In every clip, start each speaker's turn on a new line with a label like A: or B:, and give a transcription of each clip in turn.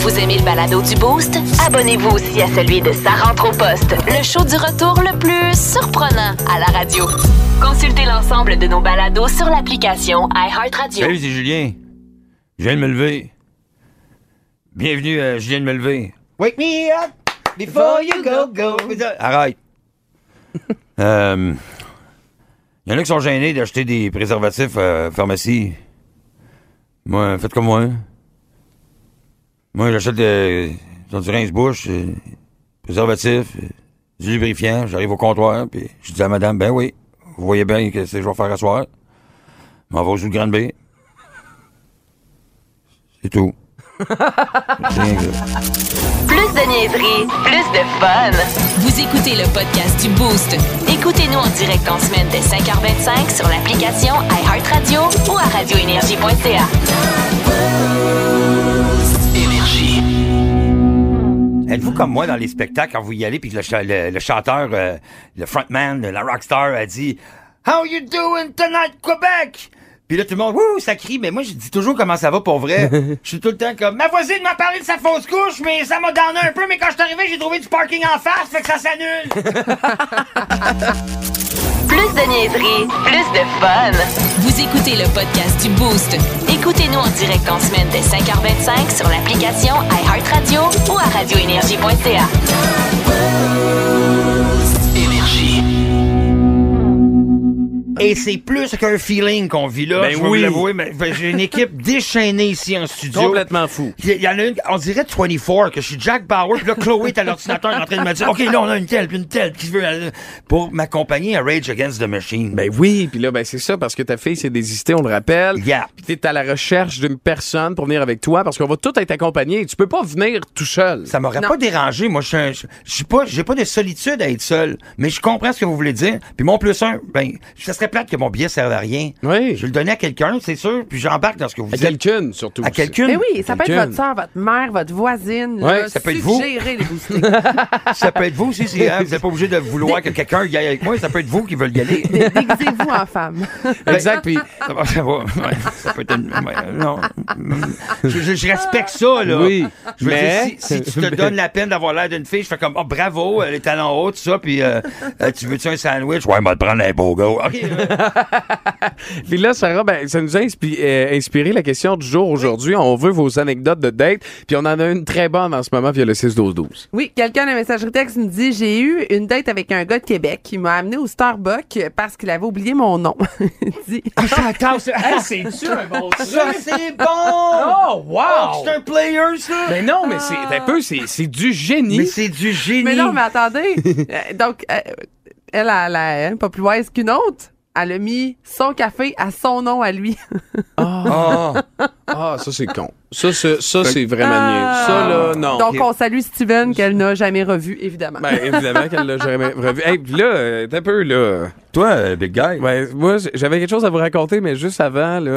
A: Vous aimez le balado du Boost? Abonnez-vous aussi à celui de Sa rentre au poste, le show du retour le plus surprenant à la radio. Consultez l'ensemble de nos balados sur l'application iHeartRadio.
B: Salut, c'est Julien. Je viens de me lever. Bienvenue à Je viens de me lever. Wake me up before you go, go. Arrête. Euh, Il y en a qui sont gênés d'acheter des préservatifs à la pharmacie. Moi, faites comme moi. Moi, j'achète des du rince-bouche, euh, préservatif, euh, du lubrifiant. J'arrive au comptoir, puis je dis à madame, ben oui, vous voyez bien que c'est que je vais faire à soir. M'en va au zoo de Grande Bay. C'est tout. Rien que ça.
A: Plus de niaiseries, plus de fun. Vous écoutez le podcast du Boost. Écoutez-nous en direct en semaine dès 5h25 sur l'application iHeartRadio ou à radioénergie.ca.
B: Êtes-vous comme moi dans les spectacles quand vous y allez puis que le, cha- le- le chanteur, euh, le frontman, la rockstar a dit How you doing tonight, Québec? Puis là, tout le monde, wouh, ça crie, mais moi, je dis toujours comment ça va pour vrai. Je suis tout le temps comme, ma voisine m'a parlé de sa fausse couche, mais ça m'a donné un peu, mais quand je suis arrivé, j'ai trouvé du parking en face, fait que ça s'annule.
A: Plus de niaiseries, plus de fun. Vous écoutez le podcast du Boost. Écoutez-nous en direct en semaine dès 5h25 sur l'application iHeartRadio ou à radioénergie.ca.
B: Et c'est plus qu'un feeling qu'on vit là.
C: Ben
B: je vais
C: oui.
B: vous l'avouer, mais ben, j'ai une équipe déchaînée ici en studio.
C: Complètement fou.
B: Il y- il y en a une, on dirait 24, que je suis Jack Bauer, puis là, Chloé est à l'ordinateur en train de me dire, OK, là, on a une telle, puis une telle, qui veut, aller- pour m'accompagner à Rage Against the Machine.
D: Ben oui, puis là, ben c'est ça, parce que ta fille s'est désistée, on le rappelle.
B: Yeah.
D: Puis t'es à la recherche d'une personne pour venir avec toi, parce qu'on va tout être accompagné. Tu peux pas venir tout seul.
B: ça m'aurait pas dérangé. Moi, je suis un- je je suis pas, j'ai pas de solitude à être seul. Mais je comprends ce que vous voulez dire. Puis mon plus un, ben, ça serait plate que mon billet serve à rien.
D: Oui.
B: Je le donnais à quelqu'un, c'est sûr, puis j'embarque dans ce que vous
D: À Ben
B: dites.
D: quelqu'une, surtout.
B: À quelqu'un.
E: Mais oui, ça peut être
D: Quelqu'un.
E: votre soeur, votre mère, votre voisine.
D: Ouais,
E: là,
B: ça peut être vous.
E: Suggérez les boostés.
B: Ça peut être vous aussi, si, hein, vous n'êtes pas obligé de vouloir que quelqu'un y aille avec moi. Ça peut être vous qui veulent y aller.
E: Déguisez-vous en femme.
D: Exact, puis
B: Ça va, ça va. Ouais, ça peut être une- ouais, non. Je, je- je respecte ça, là.
D: Oui,
B: Je veux
D: mais-
B: dire, si, si tu te donnes la peine d'avoir l'air d'une fille, je fais comme, oh, bravo, elle est talents hauts, tout ça, puis euh, euh, tu veux-tu un sandwich? Ouais, moi, te prendre un beau gars. OK. euh,
D: Puis là, Sarah, ben, ça nous a inspi- euh, inspiré la question du jour aujourd'hui. On veut vos anecdotes de date. Puis on en a une très bonne en ce moment via le 6-12-12.
E: Oui, quelqu'un de la messagerie texte me dit J'ai eu une date avec un gars de Québec qui m'a amené au Starbucks parce qu'il avait oublié mon nom. Il dit
B: ça, c'est bon!
D: Oh, wow!
B: C'est un player, ça! Ah!
D: Mais non, mais c'est un peu, c'est c'est du génie.
B: Mais c'est du génie!
E: Mais non, mais attendez. Euh, Donc, euh, elle, a la pas plus wise qu'une autre. Elle a mis son café à son nom à lui.
B: Ah.
D: Ah, ça, c'est con. Ça, c'est- ça, c'est vraiment niais.
E: Ah.
D: Ça, là, non.
E: Donc, on salue Steven qu'elle n'a jamais revu, évidemment.
D: Ben, évidemment qu'elle l'a jamais revu. Hey, puis là, euh, t'as un peu, là.
B: Toi, euh, Big Guy.
D: Ben, moi, j- j'avais quelque chose à vous raconter, mais juste avant, là.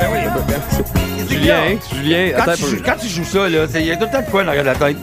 B: Ben
D: Julien, Julien,
B: Quand,
D: attends
B: tu
D: un peu.
B: joues, quand tu joues ça, là, c'est- il y a tout le temps de quoi en arrière de la tête.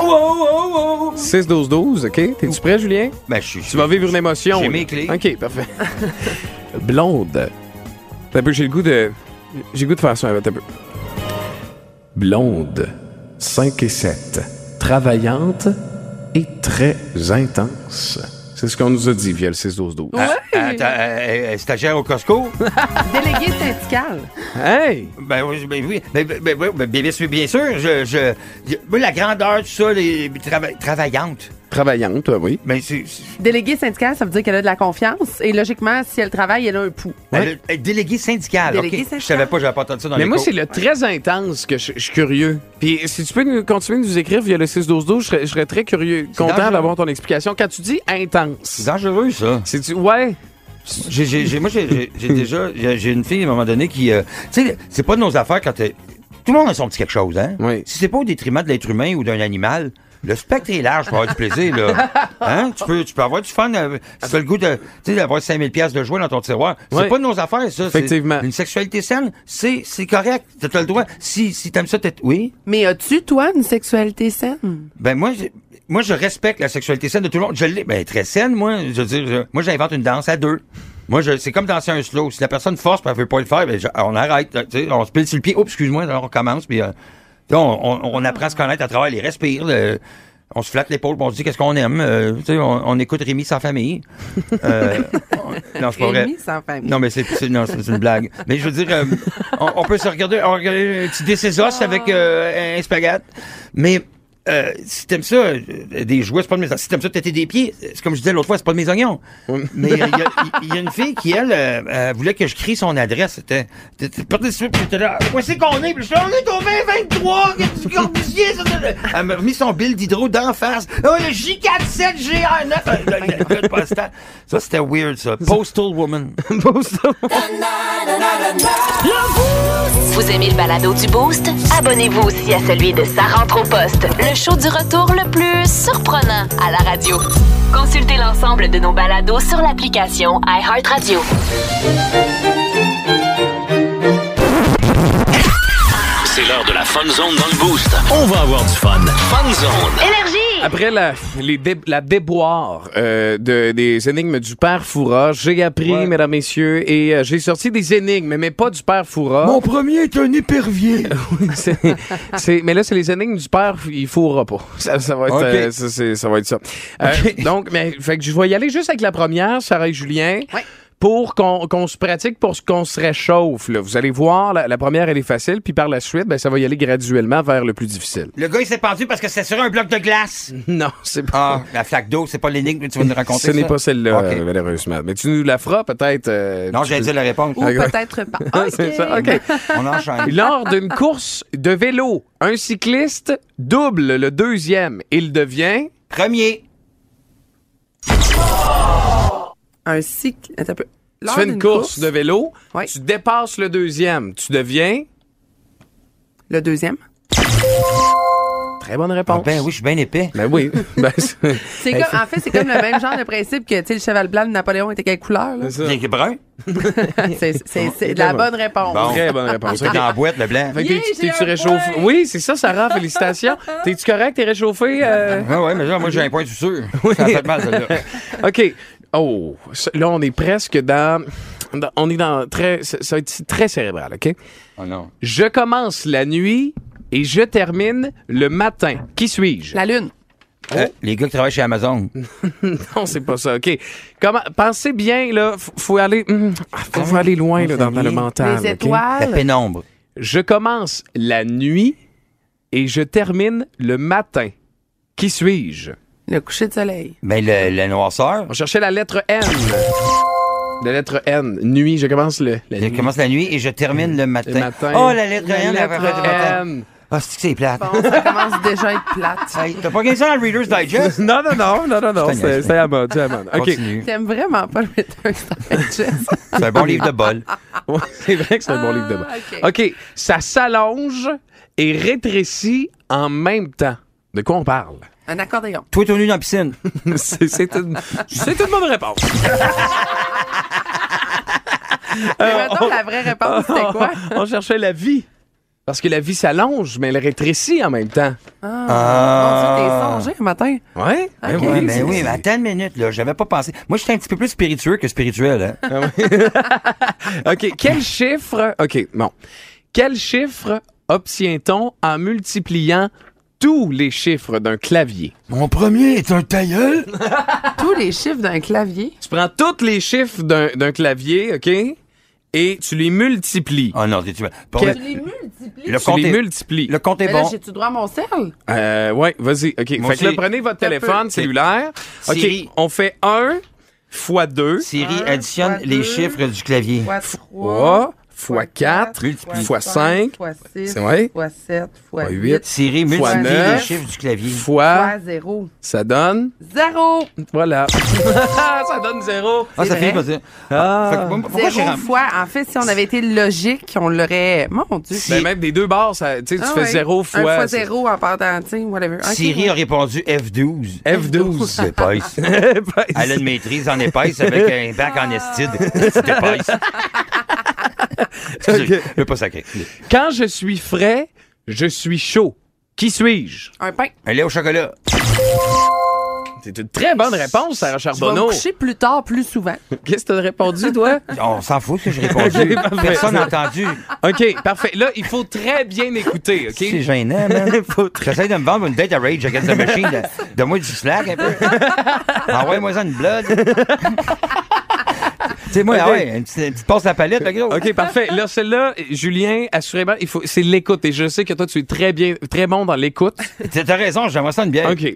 B: Oh, oh, oh, oh!
D: 6-12-12, OK? T'es-tu prêt, Julien?
B: Ben, je suis.
D: Tu vas vivre une émotion.
B: J'ai
D: là.
B: mes clés.
D: OK, parfait. Blonde. T'as un peu, j'ai le goût de. J'ai le goût de faire ça, t'as un peu. Blonde. 5 et 7. Travaillante et très intense. Ah. C'est ce qu'on nous a dit via le 6-12-12.
E: Ouais.
B: Attends, euh, euh, stagiaire au Costco?
E: Délégué syndical.
D: Hey!
B: Ben oui, ben oui, ben, ben, ben, oui, ben, bien sûr, bien sûr. Je, je, je- moi, la grandeur, tout ça, les, trava- travaillante.
D: Travaillante, toi, oui.
B: Mais c'est. c'est-
E: Délégué syndical, ça veut dire qu'elle a de la confiance. Et logiquement, si elle travaille, elle a un pouls.
B: elle- elle- déléguée syndicale. euh, ok.
E: Déléguée syndicale.
B: Je savais pas, j'avais pas entendu ça dans
D: Mais
B: les
D: moi,
B: cours.
D: c'est le très intense que je je suis curieux. Puis si tu peux nous- continuer de nous écrire via le 6-12-12, je serais- je serais très curieux, content
B: dangereux.
D: d'avoir ton explication. Quand tu dis intense,
B: C'est dangereux, ça.
D: c'est-tu. Ouais.
B: J'ai, j'ai- j'ai- moi, j'ai, j'ai- j'ai déjà. J'ai, j'ai une fille à un moment donné qui. euh, tu sais, c'est pas de nos affaires quand. t'es- Tout le monde a son petit quelque chose, hein? Si c'est pas au détriment de l'être humain ou d'un animal, le spectre est large pour avoir du plaisir, là. Hein? Tu peux, tu peux avoir du fun. euh, si t'as le goût de, tu sais, d'avoir 5000 pièces de jouets dans ton tiroir, c'est
D: Ouais.
B: pas de nos affaires, ça. C'est-
D: Effectivement.
B: Une sexualité saine, c'est, c'est correct. T'as, t'as le droit. Si, si t'aimes ça, t'es. Oui?
E: Mais as-tu, toi, une sexualité saine?
B: Ben moi, je- moi je respecte la sexualité saine de tout le monde. Je l'ai, ben très saine, moi. Je veux dire, je- moi j'invente une danse à deux. Moi, je, c'est comme danser un slow. Si la personne force, puis elle veut pas le faire, ben je- on arrête. là, tu sais, on se pile sur le pied. Oups, excuse-moi, alors on commence. Puis euh, tu sais, on, on- on apprend à se connaître à travers les respires. le- on se flatte l'épaule, puis on se dit qu'est-ce qu'on aime. euh, tu sais, on, on écoute Rémi sans famille. Euh, on- non, c'est pas vrai.
E: Rémi sans famille.
B: Non, mais c'est, c'est- non, c'est une blague. Mais je veux dire, euh, on, on peut se regarder, on regarde un petit décésos avec euh, un spaghette. Mais euh, si t'aimes ça, euh, des jouets, c'est pas de mes Si t'aimes ça, têter des pieds, euh, c'est comme je disais l'autre fois, c'est pas de mes oignons. Mais il y, a- il y a une fille qui, elle, euh, euh, voulait que je crie son adresse. C'était. c'était- c'était- J'étais là, où c'est qu'on est? Puis je suis là, on est au 2023, que du Corbusier, ça, ça, ça. Elle m'a mis son bill d'hydro d'en face. Oh, le J47GR9! Euh, le- le- le postal. Ça, c'était weird, ça. Postal Woman.
A: Vous aimez le balado du Boost? Abonnez-vous aussi à celui de Sa rentre au poste, le show du retour le plus surprenant à la radio. Consultez l'ensemble de nos balados sur l'application iHeartRadio.
C: C'est l'heure de la Fun Zone dans le Boost. On va avoir du fun. Fun Zone.
A: Énergie!
D: Après la, les dé- la déboire euh, de- des énigmes du père Foura, j'ai appris, mesdames, messieurs, et euh, j'ai sorti des énigmes, mais pas du père Foura.
B: premier est un épervier.
D: C'est- c'est- mais là, c'est les énigmes du père, il faudra pas. Ça, ça va, être,
B: Ok.
D: euh, ça, c'est- ça va être ça. Euh, donc, mais, fait que je vais y aller juste avec la première, Sarah et Julien. Pour qu'on qu'on se pratique, pour qu'on se réchauffe. là. Vous allez voir, la, la première, elle est facile, puis par la suite, ben, ça va y aller graduellement vers le plus difficile.
B: Le gars, il s'est pendu parce que c'est sur un bloc de glace.
D: Non, c'est pas.
B: Ah, la flaque d'eau, c'est pas l'énigme, tu vas nous raconter
D: Ce n'est
B: ça?
D: pas celle-là,
B: Ok.
D: euh, malheureusement. Mais tu nous la feras peut-être. euh,
B: Non,
D: tu-
B: j'ai dit la réponse.
E: Ou peut-être pas.
D: C'est ça, OK.
B: On enchaîne.
D: Lors d'une course de vélo, un cycliste double le deuxième. Il devient.
B: Premier.
E: Un cycle. Attends un peu. Lors
D: tu fais une
E: d'une
D: course, de vélo,
E: Ouais.
D: tu dépasses le deuxième. Tu deviens.
E: Le deuxième.
D: Très bonne
B: Ah
D: réponse.
B: ben oui, je suis bien
E: Eh.
B: épais.
D: Ben oui. Ben, c'est-
E: C'est comme, en fait, c'est comme le même genre de principe que, tu sais, le cheval blanc de Napoléon était quelle couleur, là?
D: ça.
B: Bien que brun.
E: C'est- C'est c'est de la bonne réponse.
B: Bon.
D: Très bonne
B: On
D: réponse.
B: était
D: OK.
B: dans la boîte, le blanc.
D: Fait que
E: Yeah,
D: t'es-
E: j'ai
D: t'es-tu
E: un
D: réchauffé?
E: point.
D: Oui, c'est ça, Sarah. Félicitations. T'es-tu correct? T'es réchauffé? euh?
B: Ah ouais, mais là, moi, j'ai un point du sûr. Ça a fait mal, celle-là.
D: OK. Oh, ça- là, on est presque dans. dans- on est dans. Très, ça ça va être très cérébral, OK?
B: Oh non.
D: Je commence la nuit et je termine le matin. Qui suis-je?
E: La lune.
B: Euh, les gars qui travaillent chez Amazon.
D: Non, c'est pas ça. OK. Comment, pensez bien, là. F- Faut aller, hum, faut, faut aller loin là, dans, dans le mental.
E: Les
D: OK?
B: La
E: étoiles.
B: pénombre.
D: Je commence la nuit et je termine le matin. Qui suis-je?
E: Le coucher de soleil.
B: Ben, le, la noirceur.
D: On cherchait la lettre N. La lettre N. Nuit, je commence le, la
B: Je
D: nuit.
B: commence la nuit et je termine le matin.
D: Le matin.
B: Oh, la lettre
D: La
B: N, la
D: lettre
B: lettre N.
D: N.
B: Ah, c'est que c'est plate.
E: Bon, ça commence déjà à être plate.
B: Hey, T'as pas gagné ça dans le Reader's Digest?
D: Non, non, non, non, non, non.
B: Putain,
D: C'était
B: yes.
D: c'était à la mode, c'était à la mode. OK.
B: Continue.
E: T'aimes vraiment pas le Winter Digest.
B: C'est un bon livre de bol.
D: Ouais, c'est vrai que c'est un bon
E: Ah,
D: livre de bas.
E: OK.
D: OK. Ça s'allonge et rétrécit en même temps. De quoi on parle?
E: Un accordéon.
B: Toi, t'es nu dans la piscine.
D: C'est c'est une, c'est une bonne réponse. Ah,
E: Mais mettons, la vraie réponse, c'était quoi?
D: On cherchait la vie. Parce que la vie s'allonge, mais elle rétrécit en même temps.
B: Ah.
E: Mon Dieu, t'es songé le matin.
D: Ouais?
B: Ben
D: Ok.
B: oui, ben oui, mais attends une minute, là. J'avais pas pensé. Moi, j'étais un petit peu plus spiritueux que spirituel, hein.
D: OK. Quel chiffre. OK, bon. Quel chiffre obtient-on en multipliant tous les chiffres d'un clavier?
B: Mon premier est un tailleul.
E: Tous les chiffres d'un clavier.
D: Tu prends tous les chiffres d'un d'un clavier, OK? Et tu les multiplies.
F: Ah,
B: Oh non, t'es-tu mal. Bon,
D: Quel-
B: le-
E: les multiplies.
B: Le
D: tu
B: compte
D: les
B: est,
D: multiplies.
B: le compte est
E: Mais Ben là,
B: bon.
E: j'ai-tu droit à mon sel?
D: Euh, ouais, vas-y. OK.
B: Moi
D: fait que là,
B: aussi.
D: prenez votre
E: Ça
D: téléphone
E: peut.
D: cellulaire. OK.
B: Siri.
D: On fait 1 fois 2
B: Siri
E: Un,
B: additionne
E: fois
B: les
E: deux.
B: chiffres du clavier.
E: Fois trois.
D: fois fois 4, fois 5,
E: fois 6,
D: c'est vrai?
E: fois 7, fois
D: fois
E: 8,
D: 8,
F: Siri,
D: fois
F: multiplie les
D: 9,
F: chiffres du clavier.
D: fois...
E: fois 0.
D: Ça donne...
E: 0!
D: Voilà. ça donne zéro.
F: Ah, ça
E: c'est
F: finit
E: vrai.
F: par dire. Ah, fait que moi, pourquoi j'ai
E: Zéro
F: rem-
E: fois. En fait, si on avait été logique, on l'aurait. Mon Dieu.
D: Ben, même des deux barres, ça, tu sais, tu
E: Ah
D: fais
E: ouais.
D: zéro fois...
E: Un fois
D: c'est-
E: zéro en partant, tu sais, whatever. Ok,
F: Siri
E: ouais.
F: a répondu F12.
D: F12.
F: C'est épaisse.
D: Ben,
F: Elle a une maîtrise en épaisse avec un bac en estide. C'est épaisse. Excusez,
D: Ok.
F: Je vais pas sacré.
D: Quand je suis frais, je suis chaud. Qui suis-je?
E: Un pain.
F: Un lait au chocolat.
D: C'est une très bonne réponse, Sarah
E: Je vais me
D: Charbonneau.
E: coucher plus tard, plus souvent.
D: Qu'est-ce que t'as répondu, toi?
F: On s'en fout si j'ai répondu.
D: Ok, parfait.
F: Personne n'a entendu.
D: OK, parfait. Là, il faut très bien écouter,
F: C'est
D: OK?
F: gênant, man. J'essaie de me vendre une date à Rage Against the Machine. Donne-moi du slack un peu. Envoie-moi ça une blood. tu sais, moi, ah ouais, une petite, une petite passe à la palette, le gros.
D: OK, parfait. Là, celle-là, Julien, assurément, il faut, c'est l'écoute. Et je sais que toi, tu es très bien, très bon dans l'écoute.
F: T'as t'as raison, j'aimerais ça une bière.
D: OK.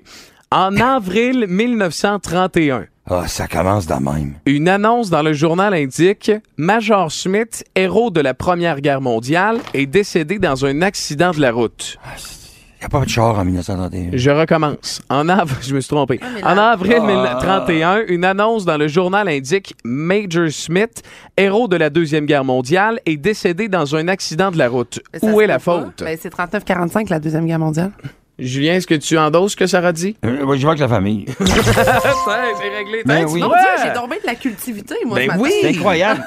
D: En avril 1931,
F: Ah, ça commence de même.
D: une annonce dans le journal indique Major Smith, héros de la Première Guerre mondiale, est décédé dans un accident de la route.
F: Il n'y a pas de char en 1931.
D: Je recommence. En avril, je me suis trompé.
E: mais
D: En
E: là-
D: avril
F: Ah.
D: 1931, une annonce dans le journal indique Major Smith, héros de la Deuxième Guerre mondiale, est décédé dans un accident de la route.
E: Mais ça
D: Où
E: se
D: est la
E: peut pas.
D: faute?
E: Ben, c'est 39-45, la Deuxième Guerre mondiale.
D: Julien, est-ce que tu endosses ce que Sarah dit?
F: Euh, ouais, je vois que la famille.
D: c'est réglé.
F: Ben oui.
E: Mon
D: Ouais.
E: Dieu, j'ai tombé de la cultivité, moi, ce
D: Ben
E: matin.
D: oui.
F: C'est incroyable.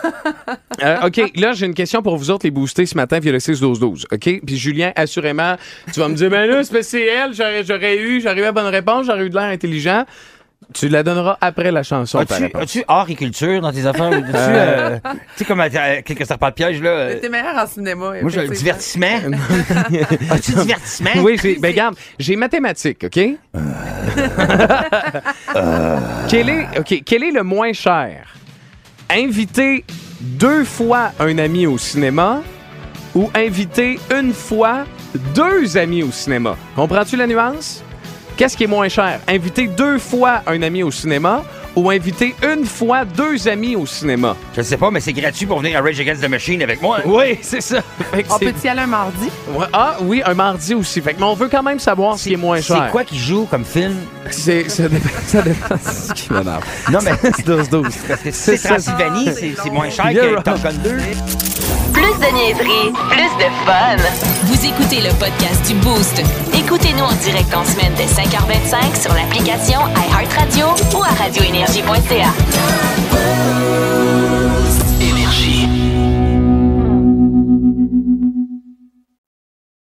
D: Euh, OK, là, j'ai une question pour vous autres, les boostés, ce matin, via le 6-12-12. OK? Puis Julien, assurément, tu vas me dire, ben là, c'est parce que c'est elle, j'aurais, j'aurais eu, j'aurais eu la bonne réponse, j'aurais eu de l'air intelligent. Tu la donneras après la chanson, ta
F: As-tu
D: réponse.
F: as-tu art et culture dans tes affaires? ou tu euh, tu sais, comme à, à- quelque serpent de piège, là. euh,
E: Mais T'es meilleur en cinéma.
F: moi, j'ai le
E: effectivement.
F: divertissement. As-tu divertissement?
D: Oui, c'est, ben regarde, j'ai mathématiques, OK? quel, est, OK, quel est le moins cher? Inviter deux fois un ami au cinéma ou inviter une fois deux amis au cinéma? Comprends-tu la nuance? Qu'est-ce qui est moins cher? Inviter deux fois un ami au cinéma ou inviter une fois deux amis au cinéma?
F: Je sais pas, mais c'est gratuit pour venir à Rage Against the Machine avec moi.
D: Oui, c'est ça. Fait que
E: On
D: c'est-
E: peut y aller un mardi?
D: Ouais, Ah oui, un mardi aussi. Fait que, mais on veut quand même savoir ce qui est moins cher.
F: C'est quoi qui joue comme film?
D: C'est, ça dépend, ça dépend. C'est ce qui m'énerve.
F: Non, mais
D: Ah, C'est 12-12.
F: parce que c'est
D: ça. Ah.
F: Transylvanie, c'est c'est moins cher que Top Gun 2.
A: Plus de niaiserie, plus de fun. Vous écoutez le podcast du Boost. Écoutez-nous en direct en semaine dès 5h25 sur l'application iHeartRadio ou à radioénergie.ca.